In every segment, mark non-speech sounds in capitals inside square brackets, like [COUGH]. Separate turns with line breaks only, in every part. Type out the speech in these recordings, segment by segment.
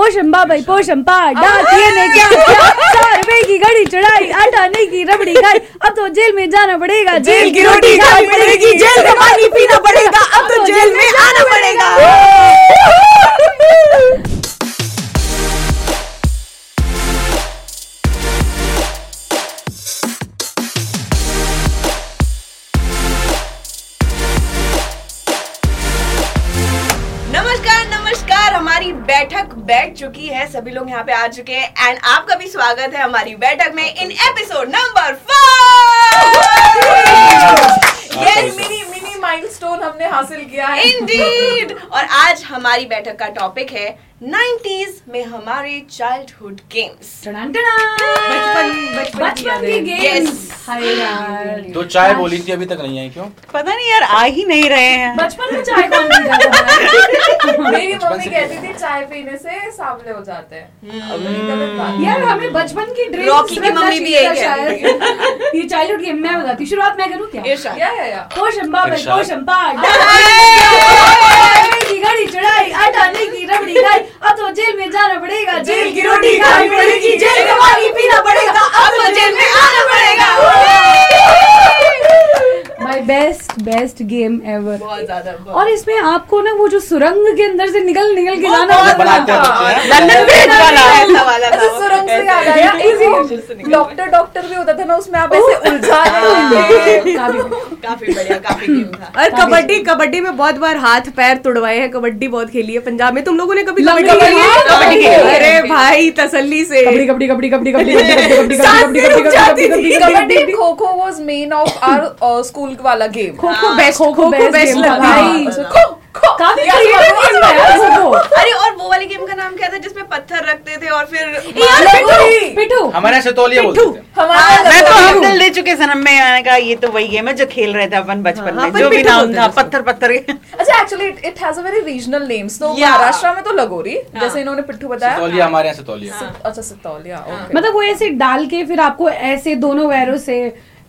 पोशंबा भाई पोशंबा डाकिए ने क्या किया सौ रुपए की घड़ी चढ़ाई आटा नहीं की रबड़ी खाई अब तो जेल में जाना पड़ेगा
जेल की रोटी खानी पड़ेगी जेल का पानी पीना पड़ेगा अब तो जेल में आना पड़ेगा
नमस्कार नमस्कार हमारी बैठक बैठ चुकी है सभी लोग यहाँ पे आ चुके हैं एंड आपका भी स्वागत है हमारी बैठक में इन episode number
yes
four
mini mini milestone हमने हासिल किया है
इंडीड और आज हमारी बैठक का टॉपिक है 90s में हमारे चाइल्डहुड गेम्स
बचपन बचपन की
बचपन की
यादें।
Game
Yes.
हाय यार
तो चाय बोली थी अभी तक नहीं आई क्यों
पता नहीं यार आ ही नहीं रहे हैं
बचपन में चाय कौन पीता था? [LAUGHS] मेरी मम्मी कहती थी चाय पीने से सामने हो जाते हैं अब ये गलत बात है।
यार हमें बचपन की ड्रीम
रॉकी की मम्मी भी यही कहती
ये चाइल्डहुड गेम मैं बताती हूँ शुरुआत मैं करूँ क्या
या या या
पोशंबा भाई
इरशाद।
पोशंबा डाकिए की घड़ी चढ़ाई आटा नहीं की रबड़ी खाई अब तो जेल में जाना पड़ेगा
जेल की रोटी खानी पड़ेगी जेल का पानी पीना पड़ेगा अब तो जेल में आना पड़ेगा
my best best game ever
बहुत ज्यादा बहुत।
और इसमें आपको ना वो जो सुरंग के अंदर से निकल निकल के
वो
जाना
बहुत
होता
बनाते
था।
हैं।
लंदन ब्रिज वाला
ऐसा वाला था
ऐसे
वो।
सुरंग से
ऐसे-
याद आया
से
एक
निकल
डॉक्टर डॉक्टर भी होता था ना उसमें आप ऐसे उलझा रहे होते हैं।
काफी-
काफी बढ़िया काफी गेम था
और कबड्डी कबड्डी में बहुत बार हाथ पैर तुड़वाए हैं कबड्डी बहुत खेली है पंजाब में तुम लोगों ने कभी
लंगड़ी
कबड्डी खेली है?
हाँ, कबड्डी
कबड्डी
खेली है।
अरे भाई तसल्ली से
कबड्डी कबड्डी कबड्डी कबड्डी कबड्डी कबड्डी कबड्डी
सांस
कबड्डी
नहीं
कबड्डी
रुक
कबड्डी
जाती
कबड्डी
थी।
Kabaddi
kabaddi kho kho was main [LAUGHS] of our school वाला गेम
खो खो
हाँ,
best kho kho
kho kho
best
best
game
लगता
था
था।
भाई
खो खो
काफी
यार,
creative
ये
game था हाँ। यार खो खो
अरे और वो वाली गेम का नाम क्या था जिसमें पत्थर रखते थे और फिर
यार
लगोरी।
पिट्ठू पिट्ठू
हमारे यहाँ से तोलिया बोलते थे
हमारा
मैं तो
लगता है-
हमदल ले चुके सनम में मैंने कहा ये तो वही गेम है जो खेल रहे थे अपन बचपन
हाँ,
में
पर
जो भी
पिट्ठू
नाम
बोलते
था
थे उसको।
पत्थर पत्थर के
अच्छा actually it has a very regional names तो
Yeah.
महाराष्ट्र में तो लगोरी जैसे इन्होंने पिट्ठू बताया
तोलिया हमारे यहाँ से तोलिया
सि- अच्छा सितौलिया okay.
मतलब वो ऐसे डाल के फिर आपको ऐसे दोनों पैरों से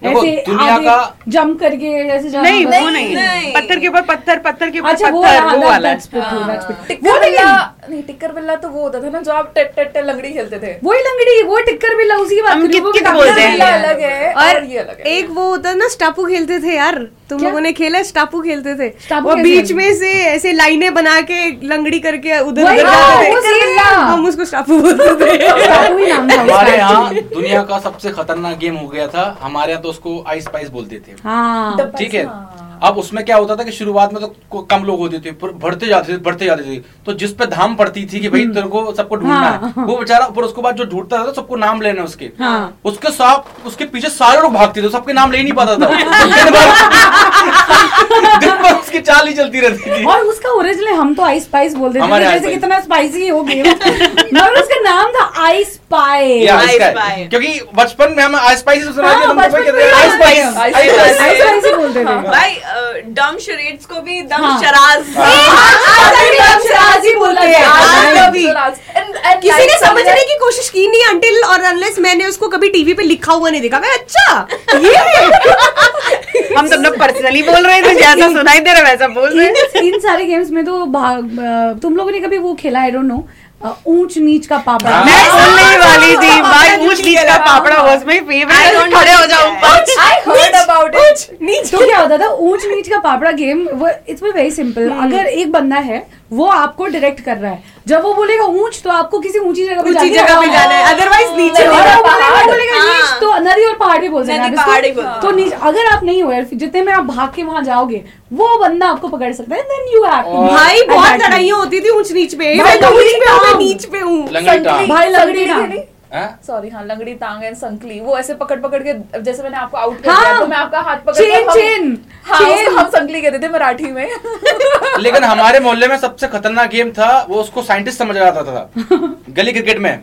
देखो,
ऐसे
दुनिया
आगे
का-
जंप करके ऐसे जाना
नहीं
होता
वो
था।
नहीं।
नहीं पत्थर के ऊपर पत्थर पत्थर के ऊपर
अच्छा वो
पत्थर
वाला,
वो
that-
वाला
that's pittu, that's pittu.
Tikkar Ah. बिल्ला नहीं टिक्कर बिल्ला तो वो होता था ना जो आप टेट टेट टेट लंगड़ी खेलते थे
वही लंगड़ी वो टिक्कर बिल्ला उसी की बात
हम
कर रही हूँ, वो
कित-कित
काफी
बोलते
सारी
हैं।
बिल्ला अलग है और ये अलग है
एक वो होता है ना स्टापू खेलते थे यार तुम
क्या?
लोगों ने खेला है? स्टापू खेलते थे
स्टापू
और
कैसे
बीच
खेलते
में से ऐसे लाइनें बना के लंगड़ी करके उधर
वही
उधर
ना,
जाते
वो
थे
सीधा।
हम उसको स्टापू बोलते थे
स्टापू ही नाम था उसका
हमारे यहाँ
actually।
दुनिया का सबसे खतरनाक गेम हो गया था हमारे यहाँ तो उसको आइस पाइस बोलते थे
हाँ
डब्बा
तो ठीक है
हाँ।
अब उसमें क्या होता था कि शुरुआत में तो को- कम लोग होते थे पर बढ़ते जाते थे बढ़ते जाते थे तो जिस पे धाम पड़ती थी कि भाई तेरे को सबको ढूंढना
हम्म। हाँ।
है वो बेचारा ऊपर उसके बाद जो ढूंढता था सबको नाम लेना है उसके
हाँ।
उसके साथ उसके पीछे सारे लोग भागते थे सबके नाम ले ही नहीं पाता था दिन भर- दिन भर उसकी चाल ही चलती रहती थी
और उसका ओरिजिनल हम तो आइस स्पाइस बोलते थे
हमारे
जैसे
Ice
कितना स्पाइसी हो गया [LAUGHS] मगर उसका नाम था आइस स्पाइस
या
Ice
इसका है।
Pie।
क्योंकि बचपन में हम आइस स्पाइस सुना
हाँ, बचपन में
ice
Ice Pie। Ice Pie।
Spice
ice spice ही बोलते थे
भाई डम शरेड्स को भी दम
हाँ।
शराज
ही
तो
बोलते
हाँ,
हैं
आज
आज
भी।
आज- तो and- and
[LAUGHS] किसी ने [LAUGHS]
like-
समझने की कोशिश की नहीं अंटिल और अनलेस मैंने उसको कभी टीवी पे लिखा हुआ नहीं देखा मैं अच्छा ये है।
हम सब लोग पर्सनली बोल रहे थे जैसा सुनाई दे रहा वैसा बोल रहे थे।
इन- इन सारे गेम्स में तो भाग अ, तुम लोगों ने कभी वो खेला आई डोंट नो ऊंच नीच का पापा
हाँ।
मैं सुनने वाली थी भाई
नीचे
पूछ नीचे का पापड़ा was my
I don't
favourite खड़े हो
know
जाओ
क्या
ऊपर
I heard about it.
तो क्या होता [LAUGHS] था ऊंच नीच का पापड़ा गेम इट्स वेरी सिंपल अगर एक बंदा है वो आपको डायरेक्ट कर रहा है जब वो बोलेगा ऊंच तो आपको किसी ऊंची जगह पे
ऊंची जगह पे जाना है अदरवाइज नीचे
और
नहीं
आप बोलेगा-
पहाड़।
बोलेगा नीच, तो नदी और पहाड़ भी बोल सकते हैं
नदी,
आप इसको।
पहाड़ ही बोल सकते
तो नीच अगर आप नहीं हुए जितने में आप भाग के वहां जाओगे वो बंदा आपको पकड़ सकता है देन यू हैव
और-
भाई बहुत लड़ाइयाँ होती थी ऊंच नीच पे मैं तो ऊंच पे हूँ मैं नीच पे हूँ
लंगड़ी टांग
भाई लंगड़ी
संकली
टांग।
खेली?
हैं?
सॉरी हाँ लंगड़ी टांग एंड संकली वो ऐसे पकड़ पकड़ के जैसे मैंने आपको आउट कर
हाँ।
दिया तो मैं आपका हाथ पकड़
चेन,
हम-
चेन,
हाँ
चेन।
उसको हम संकली कहते थे मराठी में
लेकिन हमारे मोहल्ले में सबसे खतरनाक गेम था वो उसको साइंटिस्ट समझ रहा था, था गली क्रिकेट में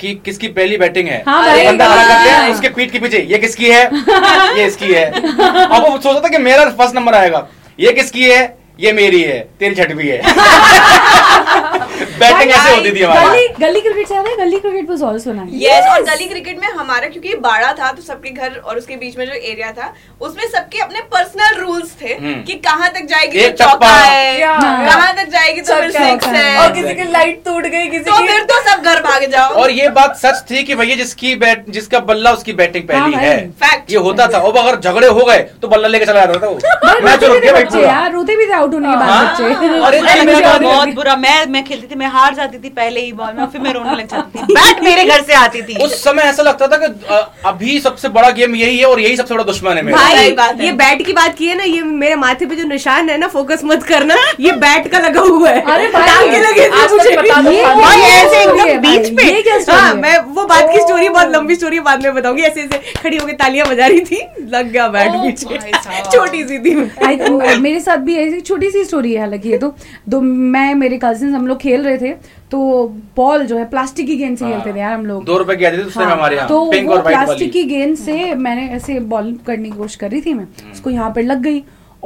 कि किसकी पहली बैटिंग है
हाँ
एक
भाई,
बंदा खड़ा करते हैं
हाँ।
उसके पीठ के पीछे ये किसकी है ये इसकी है अब वो सोचता था कि मेरा फर्स्ट
[LAUGHS]
नंबर आएगा ये किसकी है ये मेरी है तेरी छठवी है बैटिंग ऐसे होती थी हमारी
गली गली क्रिकेट से याद है गली cricket was also nice
yes और गली क्रिकेट में हमारा क्योंकि ये बाड़ा था तो सबके घर और उसके बीच में जो एरिया था उसमें सबके अपने पर्सनल रूल्स थे
हम्म।
कि कहाँ तक जाएगी तो
एक
चौका
टप्पा।
है
Yeah.
कहाँ तक जाएगी तो फिर
चौका
सिक्स
है।
है
और किसी की लाइट टूट गई किसी
तो
की
फिर तो सब घर भाग जाओ
और ये बात सच थी कि भैया जिसकी बैट जिसका बल्ला उसकी बैटिंग
हाँ
पहली
भाई।
है
Fact.
ये होता था और अगर झगड़े हो गए तो बल्ला लेके चला जाता
[LAUGHS]
था वो मैच रुक गया भाई
बच्चे
पूरा
यार रोते भी थे आउट होने के
हाँ।
बाद बच्चे
अरे
अरे
मेरे
मेरा
बाप रे।
बहुत बुरा मैं मैं खेलती थी मैं हार जाती थी पहले ही बॉल में फिर मैं रोने लग जाती थी बैट मेरे घर से आती थी
[LAUGHS] उस समय ऐसा लगता था कि अ, अभी सबसे बड़ा गेम यही है और यही सबसे बड़ा दुश्मन है मेरा
सही
भाई
बात है।
ये बैट की बात की है ना ये मेरे माथे पे जो निशान है ना फोकस मत करना ये बैट का लगा हुआ है
अरे भाई,
टांग के लगे थे
आज तक
मुझे
बता दो
ये-
भाई,
भाई,
ये
ऐसे
story
एकदम
है भाई,
बीच
ये
पे
क्या story
हाँ
है?
मैं वो बात की स्टोरी
Oh.
बहुत लंबी स्टोरी बाद में बताऊंगी ऐसे ऐसे खड़ी होकर तालियां बजा रही थी लग गया बैट
Oh my
पीछे
God.
छोटी सी थी
I think मेरे साथ भी ऐसी छोटी सी स्टोरी है हालांकि ये तो दो मैं मेरे कजिन हम लोग खेल रहे थे तो बॉल जो है प्लास्टिक की गेंद से
हाँ।
खेलते थे यार हम लोग
दो रुपए की आती थी उस टाइम
हाँ,
हमारे यहाँ
तो
पिंक
वो
और व्हाइट वाली
प्लास्टिक की गेंद से मैंने ऐसे बॉल करने की कोशिश कर रही थी मैं
हम्म।
उसको यहाँ पर लग गई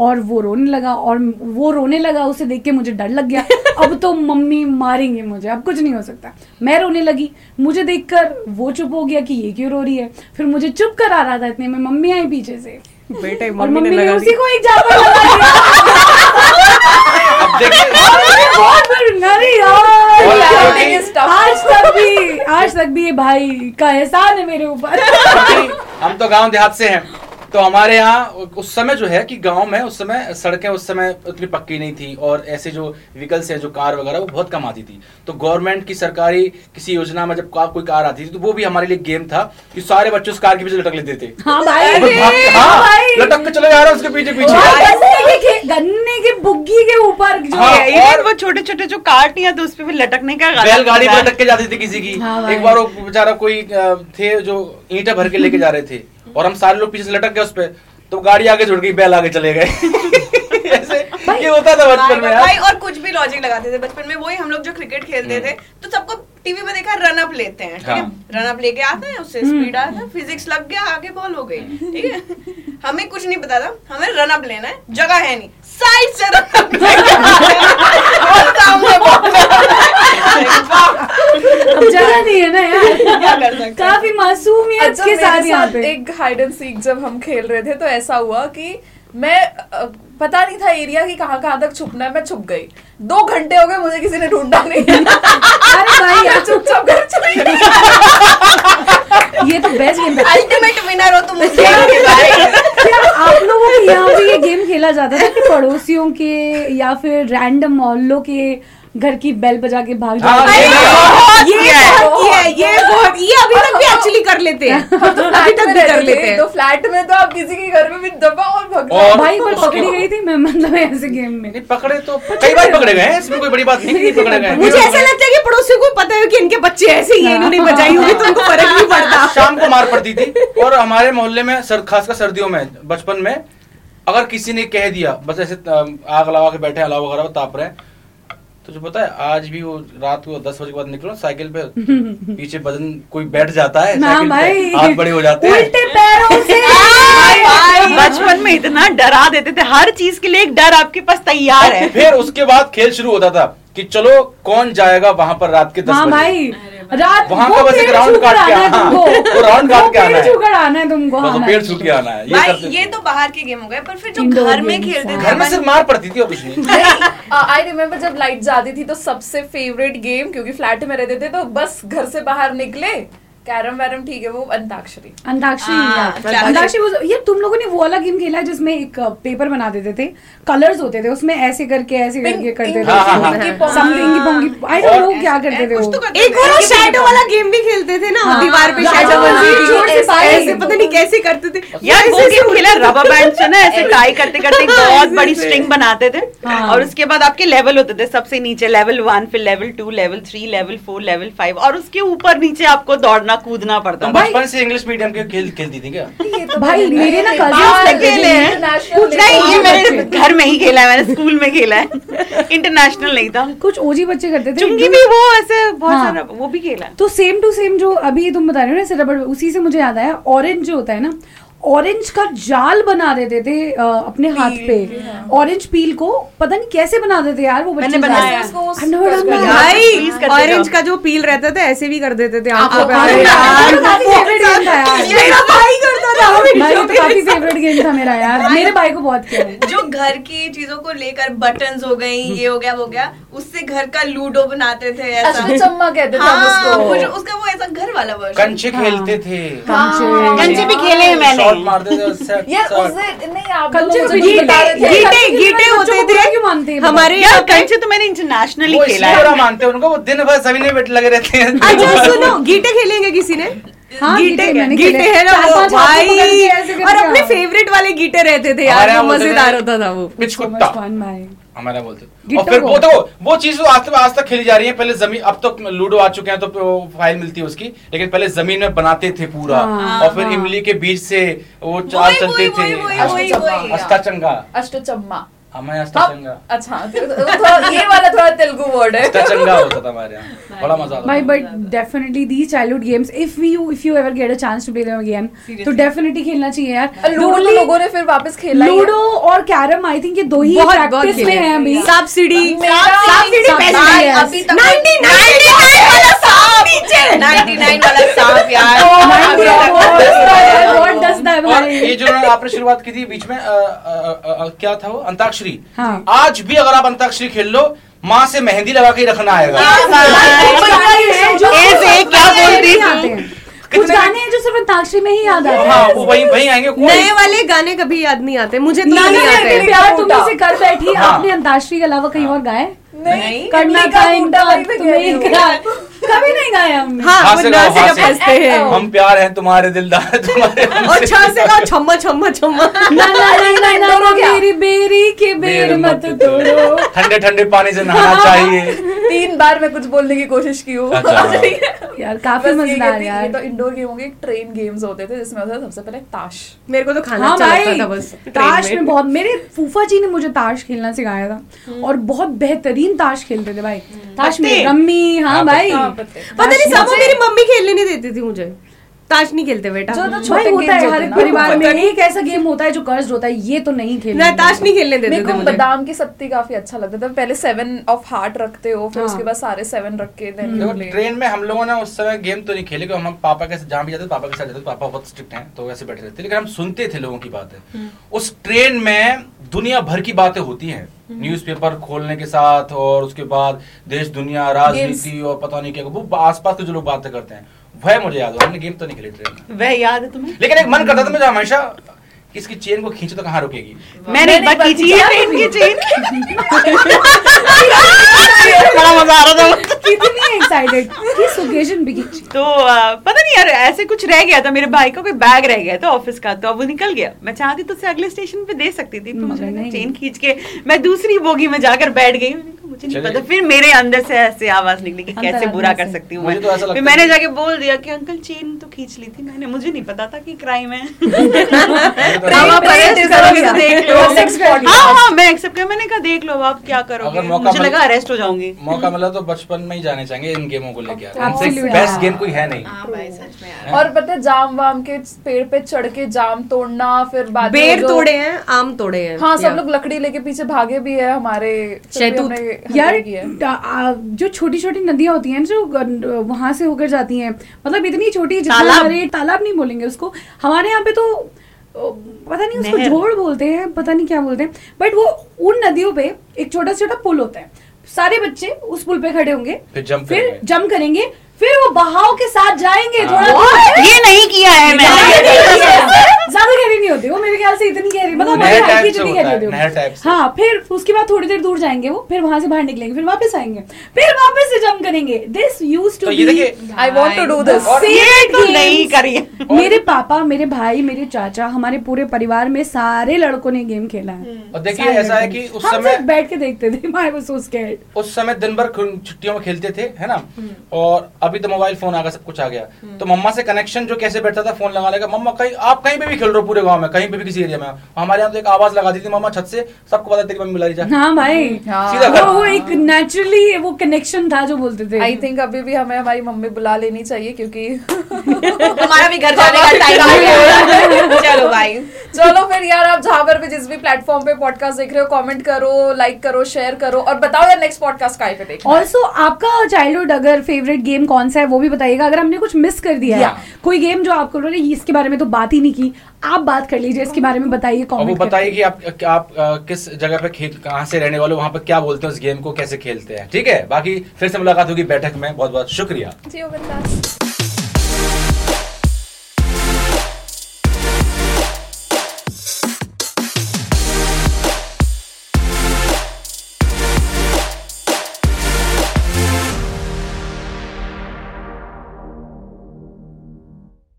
और वो रोने लगा और वो रोने लगा उसे देख के मुझे डर लग
[LAUGHS]
गया अब तो मम्मी मारेंगे मुझे अब कुछ नहीं हो सकता मैं रोने लगी मुझे देखकर वो चुप हो गया कि ये क्यों रो रही है फिर मुझे चुप करा रहा था इतने में मम्मी आई पीछे से
बेटा
और
मम्मी ने लगा
उसी
दी।
को एक जापा लगा दिया
[LAUGHS]
अब देखिए
अरे बहुत बड़ी- अरे
[LAUGHS]
यार
और
यार,
लड़की
is tough.
आज तक भी आज तक भी ये भाई का एहसान है मेरे ऊपर
[LAUGHS]
हम तो गांव देहात से हैं तो हमारे यहाँ उस समय जो है कि गांव में उस समय सड़कें उस समय उतनी पक्की नहीं थी और ऐसे जो व्हीकल्स हैं जो कार वगैरह वो बहुत कम आती थी तो गवर्नमेंट की सरकारी किसी योजना में जब का, कोई कार आती थी तो वो भी हमारे लिए गेम था कि सारे बच्चे उस कार के पीछे लटक लेते थे [LAUGHS]
हाँ भाई
और भाग- हाँ,
भाई।
लटक के चले जा रहे हैं उसके पीछे
भाई,
पीछे
गन्ने के खे- गन्ने के बुग्गी के ऊपर जो
हाँ,
है।
और
और-
वो छोटे छोटे जो कार्ट नहीं आते उस पे भी लटकने का गलत
[LAUGHS] बैलगाड़ी
मजा
पर
है।
लटक के जाती थी किसी की
हाँ भाई।
एक बार वो बेचारा कोई अ, थे जो ईंटा भर के लेके जा रहे थे और हम सारे लोग पीछे से लटक गए उस पर तो गाड़ी आगे छुड़ गई बैल आगे चले गए [LAUGHS] ऐसे ये होता था बचपन
भाई
में यार हम्म।
और कुछ भी लॉजिक लगाते थे बचपन में वही हम लोग जो क्रिकेट खेलते थे तो सबको टीवी में देखा रन अप लेते हैं ठीक है
हाँ।
रन अप लेके आते हैं उससे
हम्म।
स्पीड आता है फिजिक्स लग गया आगे बॉल हो गई ठीक है हमें कुछ नहीं पता था हमें रन अप लेना है जगह है नहीं साइड से रन अप और सामने ball
अब जगह नहीं है ना यार
क्या कर सकते हैं?
काफी
[LAUGHS]
मासूमियत
अच्छा,
के
मेरे
साथ यहाँ
साथ
पे
एक हाइड एंड सीक जब हम खेल रहे थे तो ऐसा हुआ कि मैं अ, पता नहीं था एरिया कि कहाँ कहाँ तक छुपना है मैं छुप गई दो घंटे हो गए मुझे किसी ने ढूंढा
[LAUGHS]
नहीं
अरे भाई
मैं [LAUGHS] चुपचाप घर चली गई। अच्छा।
यार, ये तो बेस्ट गेम था
अल्टीमेट विनर हो तुम उस game के
क्या आप लोगों के यहाँ भी ये गेम खेला जाता था कि पड़ोसियों के या फिर रैंडम मोहल्लों के घर की बेल बजा के भाग
हाँ,
जाते
ये बहुत-
ये बहुत किया है, ये बहुत ये अभी तक भी एक्चुअली कर लेते [LAUGHS] हैं
फ्लैट में रहते
अभी तक भी कर लेते
थे,
हैं
तो फ्लैट में तो आप किसी के घर में भी दबा और भग
और-
भाई पर
उसके-
पकड़ी गई थी मैं मतलब ऐसे गेम में
नहीं, पकड़े तो कई बार पकड़े गए हैं, इसमें कोई बड़ी बात नहीं कि नहीं पकड़े गए
मुझे
हैं।
ऐसा लगता है कि पड़ोसियों को पता है कि इनके बच्चे ऐसे ही हैं, इन्होंने बजाई होगी तो उनको फर्क नहीं पड़ता
[LAUGHS] शाम को मार पड़ती थी और हमारे मोहल्ले में सर खासकर सर्दियों में बचपन में अगर किसी ने कह दिया बस ऐसे अ, आग लगा के बैठे हैं, अलाव वगैरह वो ताप रहे हैं। तुझे पता है आज भी वो रात को दस बजे के बाद निकलो साइकिल पे पीछे वजन कोई बैठ जाता है
ना
साइकिल
हाँ, भाई
पे हाथ बड़े हो जाते
उल्टे
हैं हाँ,
पैरों से हाँ,
भाई, बचपन में इतना डरा देते थे हर चीज के लिए एक डर आपके पास तैयार है
और फिर उसके बाद खेल शुरू होता था कि चलो कौन जाएगा वहां पर रात के दस
हाँ
बजे
भाई रात
वहाँ
वो
का बस एक
पेड़
round
छू कर
काट के
आना है
आना। हाँ,
तुमको
वो round काट के
पेड़
आना है।
छू कर आना है तुमको
बस वो तो
हाँ,
पेड़
भाई।
छू के आना है ये
भाई
करते
ये
थे।
तो बाहर की गेम हो गए पर फिर जो
Indoor
घर में
games,
खेलते
हाँ।
थे
घर में सिर्फ मार पड़ती थी और कुछ नहीं
आई रिमेम्बर जब लाइट जाती थी तो सबसे फेवरेट गेम क्योंकि फ्लैट में रहते थे तो बस घर से बाहर निकले कैरम वैरम ठीक है वो अंताक्षरी
अंताक्षरी
हाँ,
याद।
अंताक्षरी।
अंताक्षरी वो- ये तुम लोगों ने वो वाला गेम खेला है जिसमें एक पेपर बना देते थे कलर्स होते थे उसमें ऐसे करके ऐसे
Pink-
करके करते
pink-
थे
हाँ, हाँ, हाँ।
समथिंग पोंगी आई डोंट नो क्या करते थे वो
कुछ तो करते
एक और
थे।
शैडो वाला गेम भी खेलते थे ना
हाँ,
दीवार पे
हाँ,
शैडो
हाँ,
वाली
हाँ, जोर से
ऐसे-
पाई।
ऐसे पता नहीं कैसे करते थे
यार वो
ऐसे- ऐसे
गेम खेला रबर बैंड से ना
[LAUGHS]
ऐसे टाई करते करते एक बहुत
ऐसे
बड़ी
ऐसे।
स्ट्रिंग बनाते थे
हाँ।
और उसके बाद आपके लेवल होते थे सबसे नीचे लेवल वन फिर level two level three level four level five और उसके ऊपर नीचे आपको दौड़ना कूदना पड़ता
तुम
था
बचपन से इंग्लिश मीडियम के खेल खेलती थी क्या
तो
भाई मेरे ना
बाहर
कजिन
खेले हैं। नहीं
हाँ.
ये मैंने
बच्चे।
घर में ही खेला है मैंने स्कूल में खेला है इंटरनेशनल नहीं था
कुछ ओजी बच्चे करते थे
चुंगी भी वो ऐसे बहुत
हाँ।
सारा वो भी खेला है।
तो सेम टू सेम जो अभी तुम बता रहे हो ना ऐसे रबड़ उसी से मुझे याद आया ऑरेंज जो होता है ना ऑरेंज का जाल बना देते थे अ, अपने हाथ
पील,
पे
हाँ।
ऑरेंज पील को पता नहीं कैसे बना देते यार वो बच्चे
मैंने बनाया।
जाल। I know what I'm
उसको-
doing.
Please
हाँ. भाई
करते
ऑरेंज
जाओ।
का जो पील रहता था ऐसे भी कर देते थे
आपको
आंखों पे
अरे
अरे
यार,
यार
वो favorite game था
हाँ.
यार।
मेरा भाई करता था
भाई ये
हमेशा
तो काफी फेवरेट गेम था मेरा यार मेरे भाई को बहुत खेला है।
जो घर की चीजों को लेकर बटन हो गई ये हो गया वो हो गया उससे घर का लूडो बनाते थे ऐसा
अश्विन चम्मा कहते थे हम
अच्छा। हाँ,
अच्छा, उसको
मुझे- उसका वो ऐसा घर वाला वर्जन
कंचे खेलते थे
कंचे।
कंचे भी खेले हैं
शॉट
मैंने
हाँ, मारते थे उससे
[LAUGHS] यार उस
शॉट।
दिन नहीं आप
कंचे
लोग
को
मुझे
भी
बता रहे थे
तो गीटे-
गीटे गीटे
बच्चों को
होते
बुरा
थे
क्यों मानते हैं?
हमारे
यार
यहाँ पे-
कंचे तो मैंने इंटरनेशनली
वो
खेला
इसलिए बुरा
है
मानते हैं उनको वो दिन भर सभी ने बैठ लगे रहते हैं
अच्छा सुनो गीटे खेलेंगे किसी ने
हाँ, गीटे मैंने
गीटे
खेले।
है ना
चार
वो
पांच हाथों
भाई
तो पकड़ के ऐसे करके हाँ।
और अपने
आओ।
फेवरेट वाले गीटे रहते थे
हमारे
यार वो
यहाँ बोलते थे-
मजेदार होता था वो
पिच
So much
कुत्ता
fun, भाई।
हमारा बोलते हैं।
गिट्टा
और फिर
को।
वो देखो वो चीज तो आज तक आज तक खेली जा रही है पहले जमीन अब तो लूडो आ चुके हैं तो फाइल मिलती है उसकी लेकिन पहले जमीन में बनाते थे पूरा
हाँ,
और फिर
हाँ।
इमली के बीज से वो चार
वही,
चलते
वही, वही,
वही, वही।
थे अष्टाचंगा
अष्टचम्मा
हमारे
हम- [LAUGHS]
अष्टाचंगा
अच्छा तो- तो- तो थोड़ा- ये वाला थोड़ा तेलुगु वर्ड है
अष्टाचंगा होता था हमारे यहाँ बड़ा मजा आता
भाई
था।
But definitely these childhood games if you if you ever get a chance to play them again तो डेफिनेटली खेलना चाहिए यार
लूडो तो लोगों ने फिर वापस खेला ही है।
लूडो और कैरम आई थिंक ये दो ही
बहुत बहुत
प्रैक्टिस में हैं अभी
सांप सीढ़ी
मेरा-
सांप सीढ़ी
सांप
best
सीढ़ी,
है।
अभी
तक-
99 वाला सांप नीचे
99 वाला सांप यार
तो
Mind your what does that- what does that
और
भाई?
ये जो आपने शुरुआत की थी बीच में अ, अ, अ, अ, क्या था वो अंताक्षरी
हाँ।
आज भी अगर आप अंताक्षरी खेल लो माँ से मेहंदी लगा के ही रखना आएगा
हाँ, कुछ गाने हैं जो
ऐसे
सिर्फ
क्या
अंताक्षरी
बोल रही
में आते हैं। कुछ
कितने-
गाने हैं जो सिर्फ अंताक्षरी में ही याद आते
हाँ
हैं
वो वही वही आएंगे कोई
नए वाले गाने कभी याद नहीं आते मुझे तो
नाना
नहीं
ने
आते
अपने प्यार तुम
टूटा।
से कर बैठी
हाँ।
आपने अंताक्षरी के अलावा कहीं और गाए
नहीं
करना
इमली का
था
बूटा
इनका
भाई मैं कह
तुम्हें
रही हूँ।
इनका कभी नहीं गाया हमने
हाँ
हाथ
वो
से गाओ,
नासिका
हाथ से।
भेजते हैं
हम प्यार हैं तुम्हारे दिलदार तुम्हारे
और
हमसे।
छह से गाओ छम्मा छम्मा छम्मा
ना ना ना ना ना ना
दोनों क्या?
हाँ, मेरी बेरी के बेर
बेर
मत तोड़ो
ठंडे ठंडे पानी से नहाना चाहिए
तीन बार मैं कुछ बोलने की कोशिश की हूँ
अच्छा।
[LAUGHS] ठीक है?
यार काफी
बस ये
मजेदार
कहती- ये तो
यार
इंडोर गेम होंगे ट्रेन गेम्स होते थे जिसमें होता था सबसे पहले ताश
मेरे को तो खाना
हाँ
अच्छा
भाई
लगता था बस ट्रेन
ताश में बहुत मेरे फूफा जी ने मुझे ताश खेलना सिखाया
हम्म।
था और बहुत बेहतरीन ताश खेलते थे भाई ताश में
पत्ते?
रम्मी हाँ
हाँ,
भाई
हाँ, पत्ते।
पता नहीं
ताश
सामो
में-
मेरी मम्मी खेलने नहीं देती थी मुझे ताश नहीं खेलते बेटा
जो तो
भाई
छोटे
होता
games
है हर
होते
एक
ना।
परिवार में
पता नहीं।
एक ऐसा गेम होता है जो कर्ज होता है ये तो नहीं खेलना
ना ताश नहीं खेलने देते
मेरे
थे
को
मुझे
बादाम की सत्ती काफी अच्छा लगता था पहले सेवन ऑफ हार्ट रखते हो फिर
हाँ।
उसके बाद सारे सेवन रख के then
देखो
play।
ट्रेन में हम लोगों ने उस समय गेम तो नहीं खेले क्योंकि हम पापा के साथ जहाँ भी जाते थे पापा के साथ जाते थे पापा बहुत स्ट्रिक्ट हैं तो ऐसे बैठे रहते थे। लेकिन हम सुनते थे लोगों की बातें उस ट्रेन में दुनिया भर की बातें होती हैं न्यूज़पेपर खोलने के साथ और उसके बाद देश दुनिया राजनीति और पता नहीं क्या वो आसपास के जो लोग बातें करते हैं वह मुझे याद है हमने गेम तो नहीं खेले ट्रेन में
वह याद है तुम्हें
लेकिन एक मन करता था मुझे हमेशा कि इसकी चेन को खींचो तो कहाँ रुकेगी
मैंने एक बार खींची है ट्रेन की चेन बड़ा मजा आ रहा था
कितनी एक्साइटेड किस ओकेजन बिकी
तो आ, पता नहीं यार ऐसे कुछ रह गया था मेरे भाई का कोई बैग रह गया था ऑफिस का तो अब वो निकल गया मैं चाहती तो उसे अगले स्टेशन पे दे सकती थी पर
मगर
मुझे
नहीं।
चेन खींच के मैं दूसरी बोगी में जाकर बैठ गई मैंने कहा, मुझे नहीं
चले
पता
गए।
फिर मेरे अंदर से ऐसे आवाज निकली कि
अंदर
कैसे
आदमी
बुरा कर
से।
सकती हूँ
मुझे
मैं
तो ऐसा
फिर
लगता
मैंने
है-
जाके बोल दिया कि अंकल चेन तो खींच ली थी मैंने मुझे नहीं पता था कि क्राइम है
अगर
आप
प्रेस
arrest
करो
करोगे तो
या-
देख लो।
वो sex crime है।
हाँ हाँ मैं एक्सेप्ट कर मैंने कहा देख लो अब क्या करोगे
मौका
मुझे
मिल-
लगा अरेस्ट हो जाऊंगी
मौका मिला तो बचपन में ही जाने चाहिए इन गेमों को लेके
Absolutely.
बेस्ट गेम कोई है नहीं
हाँ भाई सच में यार
और पता है जाम वाम के पेड़ पे चढ़ के जाम तोड़ना फिर बाद में
बेर
जो-
तोड़े हैं आम तोड़े हैं
हाँ
Yeah.
सब लोग लकड़ी लेके पीछे भागे भी है हमारे फिर भी
शैतूत।
हमने हरकत
यार
की है।
आ, आ, जो छोटी छोटी नदियां होती हैं जो वहां से होकर जाती हैं मतलब इतनी छोटी जितना
तालाब।
हमारे तालाब नहीं बोलेंगे उसको हमारे यहाँ पे तो अ, पता नहीं उसको
नहर।
झोड़ बोलते हैं पता नहीं क्या बोलते हैं बट वो उन नदियों पे एक छोटा छोटा पुल होता है सारे बच्चे उस पुल पे खड़े होंगे
फिर jump
फिर
करेंगे।
जम करेंगे फिर वो बहाव के साथ जाएंगे
हाँ।
थोड़ा
ये नहीं किया है मैंने
ज्यादा गहरी नहीं होती वो मेरे ख्याल से इतनी गहरी मतलब
नहर
हमारे हाथ
type
की
से
जितनी
होता है,
गहरी होती
नहर type
होगी।
से।
हाँ फिर उसके बाद थोड़ी देर दूर जाएंगे वो फिर वहां से बाहर निकलेंगे फिर वापस आएंगे फिर वापस से जम करेंगे दिस यूज टू
तो ये देखिए
I want to do this
और-
ये तो नहीं करिए
मेरे पापा मेरे भाई मेरे चाचा हमारे पूरे परिवार में सारे लड़कों ने गेम खेला है
और देखिए
सारे
ऐसा है
लड़कों ने।
कि उस
हम
समय-
सिर्फ बैठ के देखते थे माय वाज सो स्कैर्ड
उस समय दिन भर खुन- छुट्टियों में खेलते थे है ना और अभी तो मोबाइल फोन आ गया सब कुछ आ गया तो मम्मा से कनेक्शन जो कैसे बैठता था फोन लगा लेगा मम्मा कहीं आप कहीं पे भी खेल रहे हो पूरे गांव में कहीं पे भी किसी एरिया में आप। हमारे यहाँ तो एक आवाज लगा दी थी मामा छत से सबको पता तेरी मम्मी मिला रही जा
हाँ भाई
हाँ।
सीधा
वो
घर।
वो एक नेचुरली वो कनेक्शन था जो बोलते थे
आई थिंक अभी भी हमें हमारी मम्मी बुला लेनी चाहिए क्योंकि [LAUGHS]
हमारा भी घर जाने का टाइम आ गया चलो भाई
चलो फिर यार आप जहां पर भी जिस भी प्लेटफॉर्म पे पॉडकास्ट देख रहे हो कमेंट करो लाइक करो शेयर करो और बताओ यार नेक्स्ट पॉडकास्ट काय पे देखना है।
ऑल्सो आपका चाइल्डहुड अगर फेवरेट गेम कौन सा है वो भी बताइएगा अगर हमने कुछ मिस कर दिया है
Yeah.
कोई गेम जो आपको उन्होंने इसके बारे में तो बात ही नहीं की आप बात कर लीजिए इसके बारे में बताइए
और वो
कमेंट
बताइए कि आप कि आप अ, किस जगह पे खेल कहाँ से रहने वाले हो वहाँ पे क्या बोलते हैं उस गेम को कैसे खेलते हैं ठीक है बाकी फिर से मुलाकात होगी बैठक में बहुत बहुत शुक्रिया
See you, बिंदास।